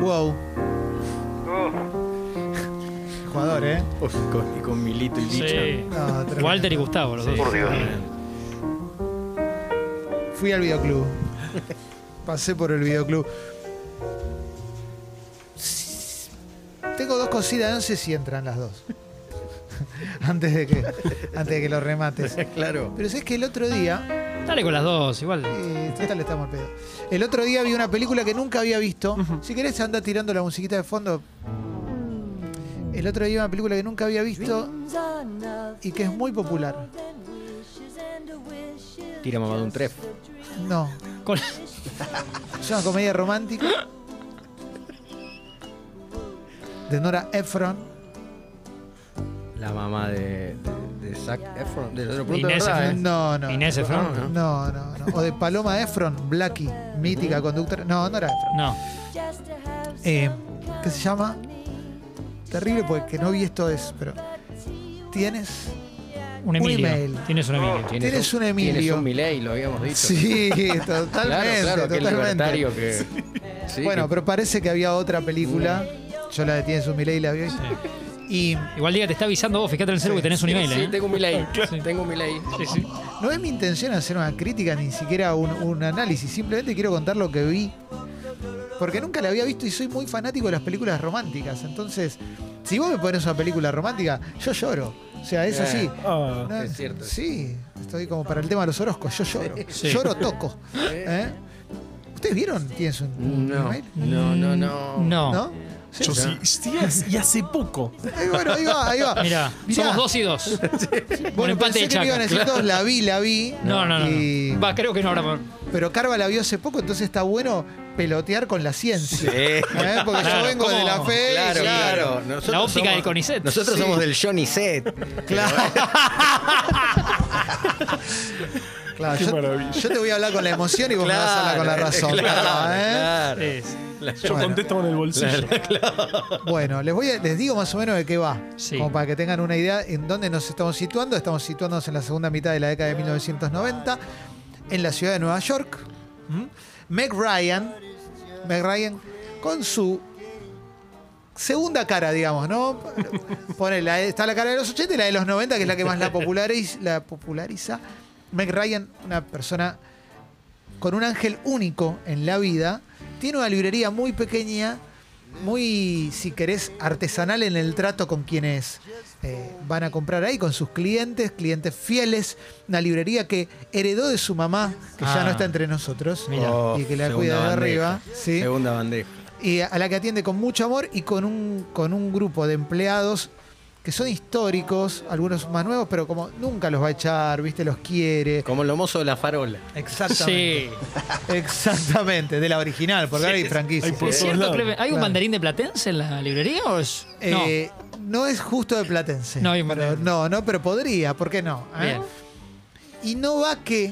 wow. Jugador, ¿eh? Uf, con, con Milito y Licha. Sí. No, tremendo. Walter y Gustavo, los Sí. dos. Por Dios. Fui al videoclub. Pasé por el videoclub. Tengo dos cositas, no sé si entran las dos. antes, de que, antes de que lo remates. Claro. Pero es que el otro día, Dale con las dos, igual. eh, total estamos al pedo. El otro día vi una película que nunca había visto. Si querés anda tirando la musiquita de fondo. El otro día vi una película que nunca había visto y que es muy popular. Tira mamá de un tref. No, Con- Es una comedia romántica de Nora Ephron. La mamá de, de, de Zac Efron. De lo pregunto de Inés verdad, Efron. ¿eh? No, no. Inés Efron. Ah, No, no, no. O de Paloma Efron, Blackie, mítica conductora. No, Nora Ephron. No. Eh, ¿Qué se llama? Terrible porque no vi esto es, pero. Tienes. Un Emilio. email. Tienes un Emilio. Tienes Tienes un Tienes Emilio. un Milei, lo habíamos dicho. Sí, totalmente. claro, claro, que el totalmente. libertario que. Sí, Bueno, que- pero parece que había otra película. Yo la de Tienes un Miley la vi hoy. Y Igual diga, te está avisando vos, fíjate en el celu que tenés un email, Sí, ¿eh? tengo un Milei. Sí. Tengo un Milei. Sí, sí. No es mi intención hacer una crítica ni siquiera un, un análisis, simplemente quiero contar lo que vi. Porque nunca la había visto y soy muy fanático de las películas románticas. Entonces, si vos me pones una película romántica, yo lloro. O sea, es Eh, así. Ah. No, es cierto. Sí, estoy como para el tema de los Orozcos, yo lloro. Sí. Lloro toco. ¿Eh? ¿Ustedes vieron? ¿Tienes un, un No, email? no, no, no. No. ¿No? Sí. Yo sí, sí, y hace poco. Ahí, bueno, ahí va, ahí va. Mira, Mirá. somos dos y dos. Un Bueno, pensé empate de que me iban a chaca. decir todos, la vi, la vi. No, no, no, no. Y- Va, creo que no ahora. Pero Carva la vio hace poco, entonces está bueno pelotear con la ciencia. Sí. ¿eh? Porque Claro, yo vengo ¿cómo? de la fe. y- Claro, claro. La Nosotros óptica somos- del Conicet. Nosotros Sí. somos del Johnny Set. Claro, Qué yo, maravilla. yo te voy a hablar con la emoción y vos me vas a hablar con la razón. Carva, ¿eh? claro. Es- Yo contesto con el bolsillo. Bueno, les voy a- les digo más o menos de qué va. Sí. Como para que tengan una idea en dónde nos estamos situando. Estamos situándonos en la segunda mitad de la década de 1990, en la ciudad de Nueva York. ¿Mm? Meg Ryan, Meg Ryan, con su segunda cara, digamos, ¿no? Pone la- está la cara de los 80 y la de los 90, que es la que más la, populariz- la populariza. Meg Ryan, una persona con un ángel único en la vida, tiene una librería muy pequeña, muy, si querés, artesanal en el trato con quienes eh, van a comprar ahí, con sus clientes, clientes fieles, una librería que heredó de su mamá, que ya Ah. no está entre nosotros, Mira. y que Oh, la cuida de arriba. ¿sí? Segunda bandeja. y a la que atiende con mucho amor y con un, con un grupo de empleados que son históricos, algunos más nuevos, pero como nunca los va a echar, ¿viste? Los quiere. Como lo mozo de la farola. Sí. Exactamente, de la original, porque ahora hay franquicia. Hay por ¿Es todos cierto, lados. Clemen? ¿Hay un Claro. banderín de Platense en la librería o es.? No. Eh, no. es justo de Platense. No, hay un pero, Platense. no, no, pero podría, ¿por qué no? eh? Bien. Y no va que.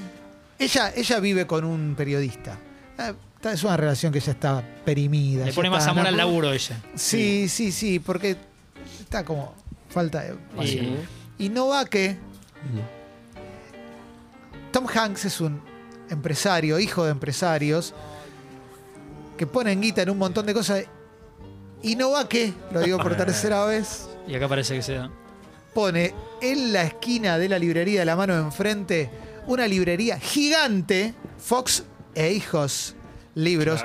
Ella, ella vive con un periodista. Ah, está- Es una relación que ya está perimida. Le ya pone más está- amor no- al laburo ella. Sí, sí, sí, porque está como falta de Pues Y- Y no va que Tom Hanks es un empresario, hijo de empresarios, que ponen guita en un montón de cosas. Y no va que, lo digo por tercera vez, Y acá parece que sea. pone en la esquina de la librería de la mano de enfrente una librería gigante, Fox e Hijos Libros.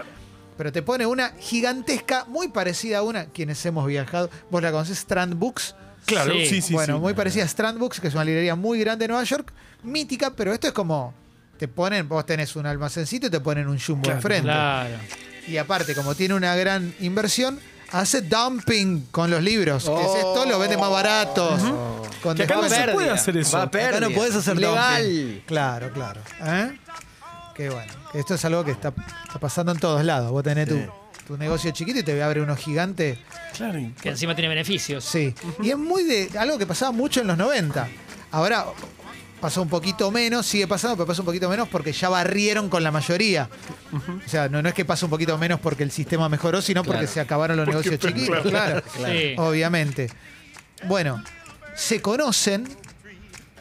Pero te pone una gigantesca, muy parecida a una, quienes hemos viajado. ¿Vos la conocés? Strand Books Claro, Sí. sí, sí. sí. bueno, muy parecida a Strand Books, que es una librería muy grande de Nueva York, mítica, pero esto es como. Te ponen, vos tenés un almacencito y te ponen un jumbo Claro, enfrente. Claro. Y aparte, como tiene una gran inversión, hace dumping con los libros. que es esto, los vende más baratos. Con Que acá no descuento. se puede hacer eso. Va a Acá no podés hacer dumping. Legal. Claro, claro. ¿Eh? Qué bueno. Esto es algo que está, está pasando en todos lados. Vos tenés tu, tu negocio chiquito y te voy a abrir uno gigante. Claro. y- Que encima tiene beneficios. Sí. Y es muy de algo que pasaba mucho en los 90. Ahora pasó un poquito menos, sigue pasando, pero pasa un poquito menos porque ya barrieron con la mayoría. O sea, no, no es que pasa un poquito menos porque el sistema mejoró, sino porque Claro. se acabaron los negocios chiquitos, claro. Sí. Obviamente. Bueno, se conocen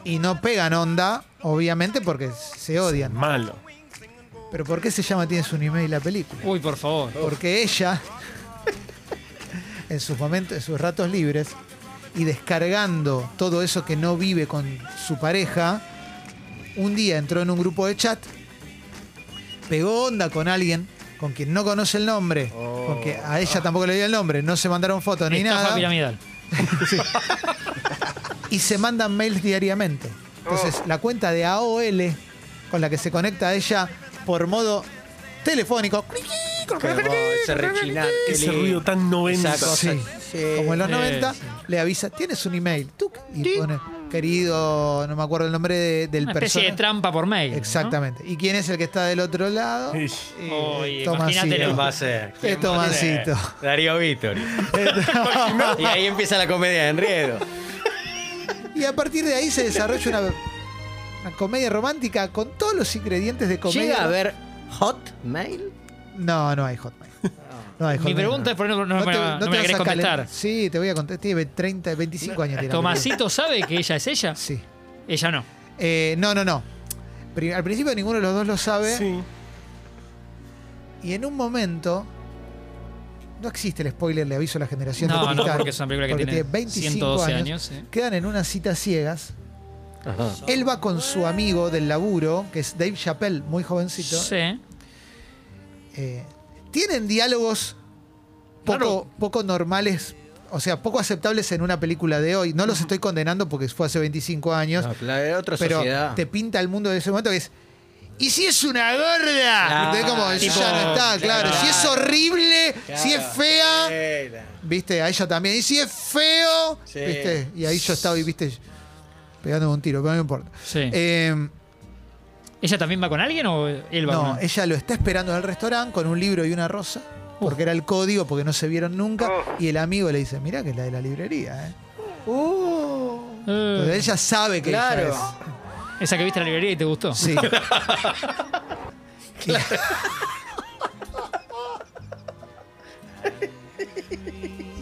y no pegan onda, obviamente, porque se odian. Malo. Pero ¿por qué se llama Tienes un email la película? Uy, por favor. Porque ella en sus momentos, en sus ratos libres, y descargando todo eso que no vive con su pareja, un día entró en un grupo de chat, pegó onda con alguien con quien no conoce el nombre, Oh. con que a ella tampoco le dio el nombre, no se mandaron fotos ni Estafa nada, piramidal. y se mandan mails diariamente. Oh. Entonces, la cuenta de AOL con la que se conecta a ella por modo telefónico, Qué bueno, ese rechinar. qué Ese lindo. ruido tan 90. Esa cosa, Sí. sí. como en los Eh, 90, sí. le avisa, tienes un email, tú, y pone, querido, no me acuerdo el nombre de- del Una especie de personaje. trampa por mail. ¿no? Exactamente. ¿Y quién es el que está del otro lado? Ish. Eh, Oye, Tomasito. imagínate ¿Quién va a ser? Eh, ¿Quién va a ser? Tomasito. Darío Vittori. y ahí empieza la comedia de enredo. Y a partir de ahí se desarrolla una, una comedia romántica con todos los ingredientes de comedia. ¿Llega a ver Hotmail? No, no hay hotmail. No hay Mi hotmail. pregunta es, por ejemplo, no, me, la- no me la vas querés a calen- contestar. Sí, te voy a contestar. Tiene 30, 25 años. tiene la ¿Tomasito sabe que ella es ella? película. Sí. Ella no. Eh, no, no, no. Pri- Al principio ninguno de los dos lo sabe. Sí. Y en un momento. No existe el spoiler, le aviso a la generación de No, no, cristal, porque es una película que porque tiene, 25 112 años. años. ¿eh? Quedan en unas citas ciegas. Él va con su amigo del laburo, que es Dave Chappelle, muy jovencito. Sí. Eh, tienen diálogos poco, Claro. poco normales, o sea, poco aceptables en una película de hoy. No los estoy condenando porque fue hace 25 años, No, la de otra pero sociedad. te pinta el mundo de ese momento que es. ¿Y si es una gorda? Claro. ¿Entendés? como eso ya no está, claro. Claro. Si es horrible, si es Claro. fea. Sí, la- ¿Viste? A ella también. Y si es feo, Sí. ¿viste? Y ahí yo estaba, y ¿viste? Pegándome un tiro, pero no me importa. sí. Eh, ¿Ella también va con alguien o él va con no, alguien? ella lo está esperando en el restaurante con un libro y una rosa, porque era el código, porque no se vieron nunca. Y el amigo le dice, mirá que es la de la librería, ¿eh? Eh, Entonces ella sabe que Claro. ella Esa que viste en la librería y te gustó. es. Sí.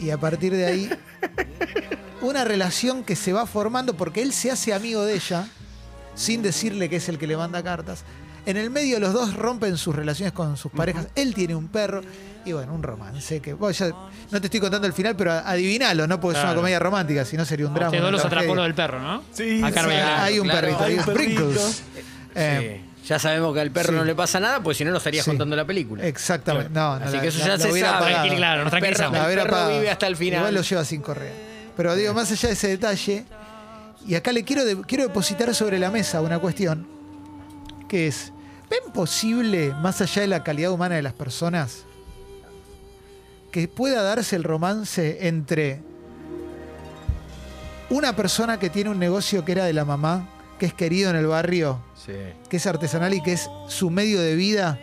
y a partir de ahí, una relación que se va formando porque él se hace amigo de ella, sin decirle que es el que le manda cartas. En el medio los dos rompen sus relaciones con sus parejas. Él tiene un perro y bueno, un romance que vos ya- no te estoy contando el final, pero a- adivinalo, no porque es una Claro. comedia romántica, si no sería un drama. Ustedes dos una los atrapó tragedia. lo del perro, ¿no? Sí, Acá no sí. me gana. Hay un Claro, perritos, hay perrito, un hay un perrito. Pringles. Eh, Sí. Ya sabemos que al perro sí. no le pasa nada, pues si no, no estarías Sí. contando la película. Exactamente. No, no, Así la- que eso la- ya la se hubiera sabe. apagado. Tranquil- claro, nos tranquilizamos. El La hubiera perro apagado. vive hasta el final. Igual lo lleva sin correa. Pero digo, más allá de ese detalle, y acá le quiero, de- quiero depositar sobre la mesa una cuestión, que es, ¿ven posible, más allá de la calidad humana de las personas, que pueda darse el romance entre una persona que tiene un negocio que era de la mamá, que es querido en el barrio, Sí. que es artesanal y que es su medio de vida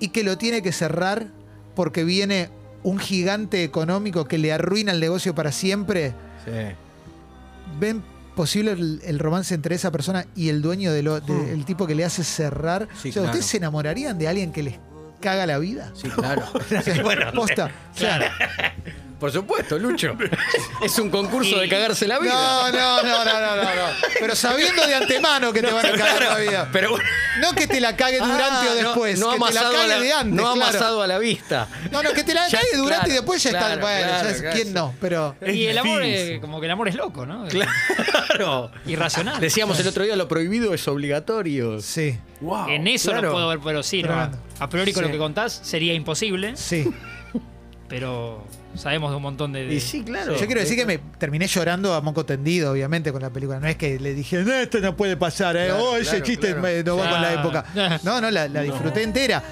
y que lo tiene que cerrar porque viene un gigante económico que le arruina el negocio para siempre. Sí. ¿Ven posible el, el romance entre esa persona y el dueño del el tipo que le hace cerrar? Mm. Sí, O sea, ¿ustedes claro. se enamorarían de alguien que les caga la vida? Sí, claro. O sea, posta. Claro. Por supuesto, Lucho. Es un concurso de cagarse la vida. No, no, no, no, no, no, no. Pero sabiendo de antemano que te van a cagar la vida. Pero bueno. No que te la caguen durante Ah, o no- después, No, que te la amasado, a cague la, de antes. no claro. amasado a la vista. No, no, que te la Ya, cae durante claro, y después ya claro, está. Bueno, claro, ya es- claro. ¿quién no? Pero. Y el Es amor, difícil. es- como que el amor es loco, ¿no? Claro. Irracional. Decíamos el otro día, lo prohibido es obligatorio. Sí, Wow. e- En eso claro. no puedo ver, pero sí, ¿no? Tremendo. A priori con Sí. lo que contás sería imposible, sí. pero sabemos de un montón de. de- Y sí, claro. Yo quiero decir que me terminé llorando a moco tendido, obviamente, con la película. No es que le dije, no, esto no puede pasar, ¿eh? Claro, oh, ese claro, chiste claro. me- no va con la Claro. época. No, no, la, la disfruté entera.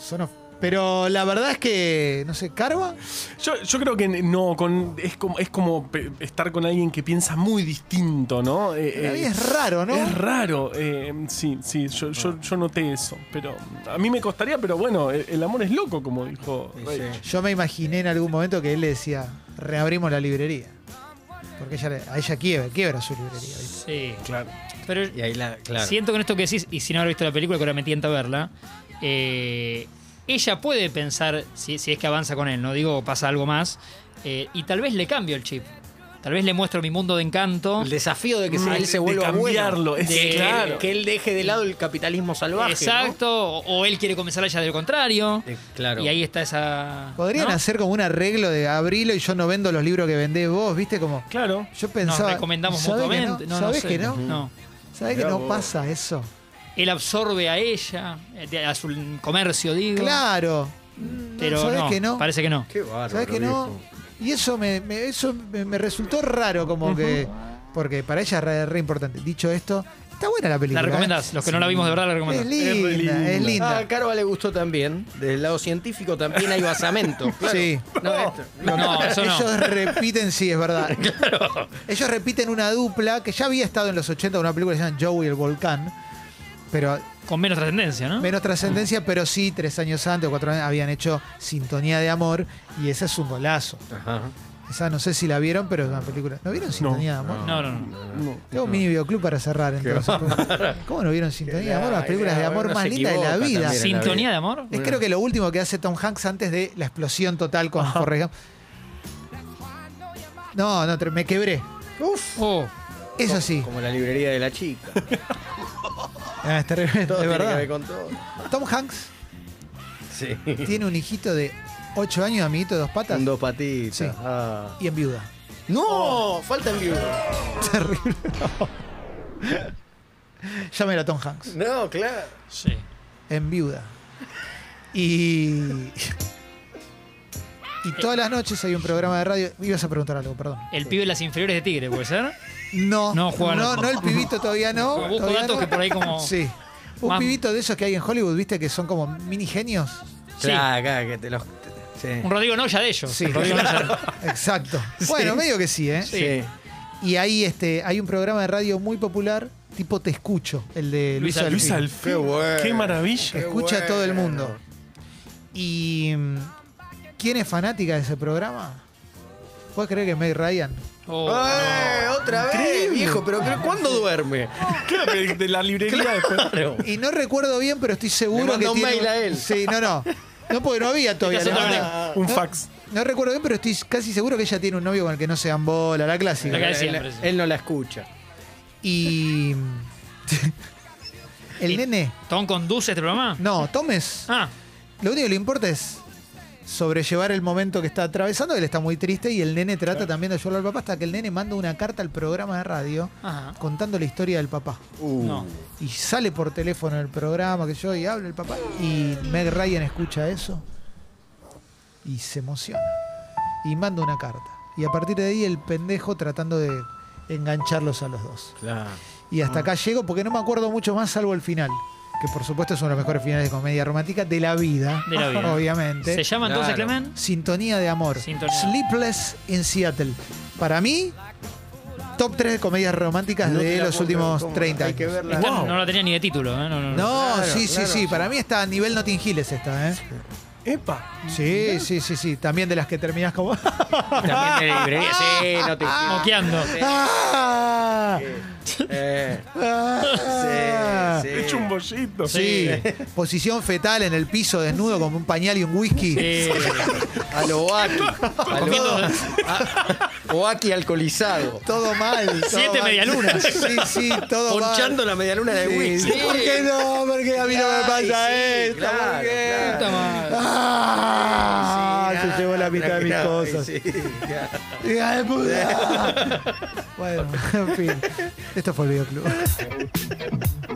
Sonó- Pero la verdad es que, no sé, Carva. Yo, yo creo que no, con, es como, es como pe- estar con alguien que piensa muy distinto, ¿no? Eh, la eh, vida es raro, ¿no? Es raro, eh, sí, sí, yo, yo, yo noté eso, pero a mí me costaría, pero bueno, el, el amor es loco, como dijo. Rey. Yo me imaginé en algún momento que él le decía, reabrimos la librería. Porque ella, le- a ella quiebra, quiebra su librería. ¿viste? Sí. Claro. Pero Y ahí la. Claro. siento con esto que decís, y sin haber visto la película, que ahora me tienta verla, eh, ella puede pensar, si, si es que avanza con él, no digo pasa algo más, eh, y tal vez le cambio el chip. Tal vez le muestro mi mundo de encanto. El desafío de que se- Mm, él se de vuelva cambiarlo, bueno. es de, claro. Que él deje de lado el capitalismo salvaje. ¿no? Exacto. O o él quiere comenzar allá del contrario. Eh, claro. Y ahí está esa. Podrían ¿no? hacer como un arreglo de abrilo y yo no vendo los libros que vendés vos, ¿viste? Como Claro. yo Nos pensaba. recomendamos ¿sabés que mutuamente. No? No, ¿Sabés sé. que no? No. ¿Sabés que Mirá no vos. pasa eso? Él absorbe a ella, eh, de- a su comercio, digo. Claro. No, Pero ¿Sabés no, que no? Parece que no. Qué bárbaro. ¿Sabés que no? viejo. Y eso me, me- eso me, me resultó raro, como que. Porque para ella es re, re importante. Dicho esto, está buena la película. La ¿eh? recomendás. Los que no la vimos de verdad la Es recomendás. Es linda, re es linda. linda. Ah, a Carva le gustó también. Desde el lado científico también hay basamento. claro. Sí. No, esto- No, eso no. Ellos repiten, sí, es verdad. Ellos repiten una dupla que ya había estado en los 80, una película que se llama Joey el Volcán, pero Con menos trascendencia, ¿no? menos trascendencia, pero sí, tres años antes o cuatro años habían hecho Sintonía de Amor y esa es un golazo. Ajá. Esa no sé si la vieron, pero es una película. ¿No vieron Sintonía de Amor? No, no, no. No. Tengo un mini videoclub para cerrar entonces. ¿Cómo no vieron Sintonía de Amor? Las películas de amor Uno más se lindas de la equivoca vida. también. Sintonía de amor. Es creo que lo último que hace Tom Hanks antes de la explosión total con Forrest Gump. No, no, tre- me quebré. Uf. Oh, Eso sí. Como la librería de la chica. Ah, es terrible, Todo de tiene que verdad. ver con todo. Tom Hanks Sí. tiene un hijito de 8 años, amiguito de dos patas, Con dos patitas. Sí. Ah. y en viuda. No, falta en vivo. Terrible. Llámelo a Tom Hanks. No, claro. sí. en viuda. Y. Y todas las noches hay un programa de radio. Ibas a preguntar algo, perdón. El pibe de las inferiores de Tigre, ¿puede ser? No, No, no, Juan. no, el pibito todavía no. Busco todavía datos no. que por ahí como- Sí. Un Mam- pibito de esos que hay en Hollywood, viste, que son como mini genios. Sí. Claro, claro, que te los. te- sí. Un Rodrigo Noya de ellos. Sí, Un Rodrigo Noya. claro. Exacto. Bueno, medio que sí, ¿eh? Sí. Y ahí este, hay un programa de radio muy popular, tipo Te Escucho, el de Luis, Luis Alfil. Luis Alfil. Alfil. Qué bueno. Qué maravilla. que escucha a todo el mundo. Y mm, ¿quién es fanática de ese programa? ¿Puedes creer que es Meg Ryan? Oh, ¡Eh, no. otra vez, viejo, pero creo- ¿cuándo duerme? Claro que de la librería después. Claro. Y no recuerdo bien, pero estoy seguro Le mandó que un tiene mail a él. Sí, no, no. No, porque no había todavía. Esta es le otra manda- Ah, Un ¿no? fax. No recuerdo bien, pero estoy casi seguro que ella tiene un novio con el que no se dan bola, la clásica. La que él- siempre, él, sí. no la escucha. Y. el nene. ¿Tom conduce este programa? No, Tomes. Ah, Lo único que le importa es sobrellevar el momento que está atravesando. Él está muy triste y el nene trata también de ayudarlo al papá hasta que el nene manda una carta al programa de radio ajá. contando la historia del papá. Uh, No. Y sale por teléfono el programa que yo y habla el papá. Y Meg Ryan escucha eso y se emociona. Y manda una carta. Y a partir de ahí el pendejo tratando de engancharlos a los dos. Claro. Y Mm. hasta acá llego porque no me acuerdo mucho más salvo el final. Que por supuesto es uno de los mejores finales de comedia romántica de la vida. De la vida. Obviamente. ¿Se llama entonces Claro. Clement? Sintonía de amor. Sintonía. Sleepless in Seattle. Para mí, top 3 de comedias románticas No te de la los puedo últimos creer, ¿cómo? 30 Hay que años. verla. Esta Wow. Este no la tenía ni de título, ¿eh? No, no, no. No, Claro, sí, sí, claro. sí. Para mí está a nivel Notting Hill es esta, ¿eh? Epa. Sí, sí, sí, sí. También de las que terminás como. También de librería. Sí, no te Moqueando. ¡Ah! Eh, ¡Ah! sí, sí. Hecho un bollito. Sí. Posición fetal en el piso desnudo con un pañal y un whisky. Eh, A lo Oaki. A Comiendo- lo a- Oaki alcoholizado. Todo mal. todo Siete mal. medialunas. Sí, sí, todo Ponchando la medialuna de mal. whisky. Sí, ¿Por qué no? Porque a mí no me pasa Ay, sí, esto. claro, ¿Por qué? claro. puta madre. Ah, Sí, se llevó la mitad de mis ay, cosas. sí, ya. ¡Hija de puta! bueno, en fin. Esto fue el videoclub.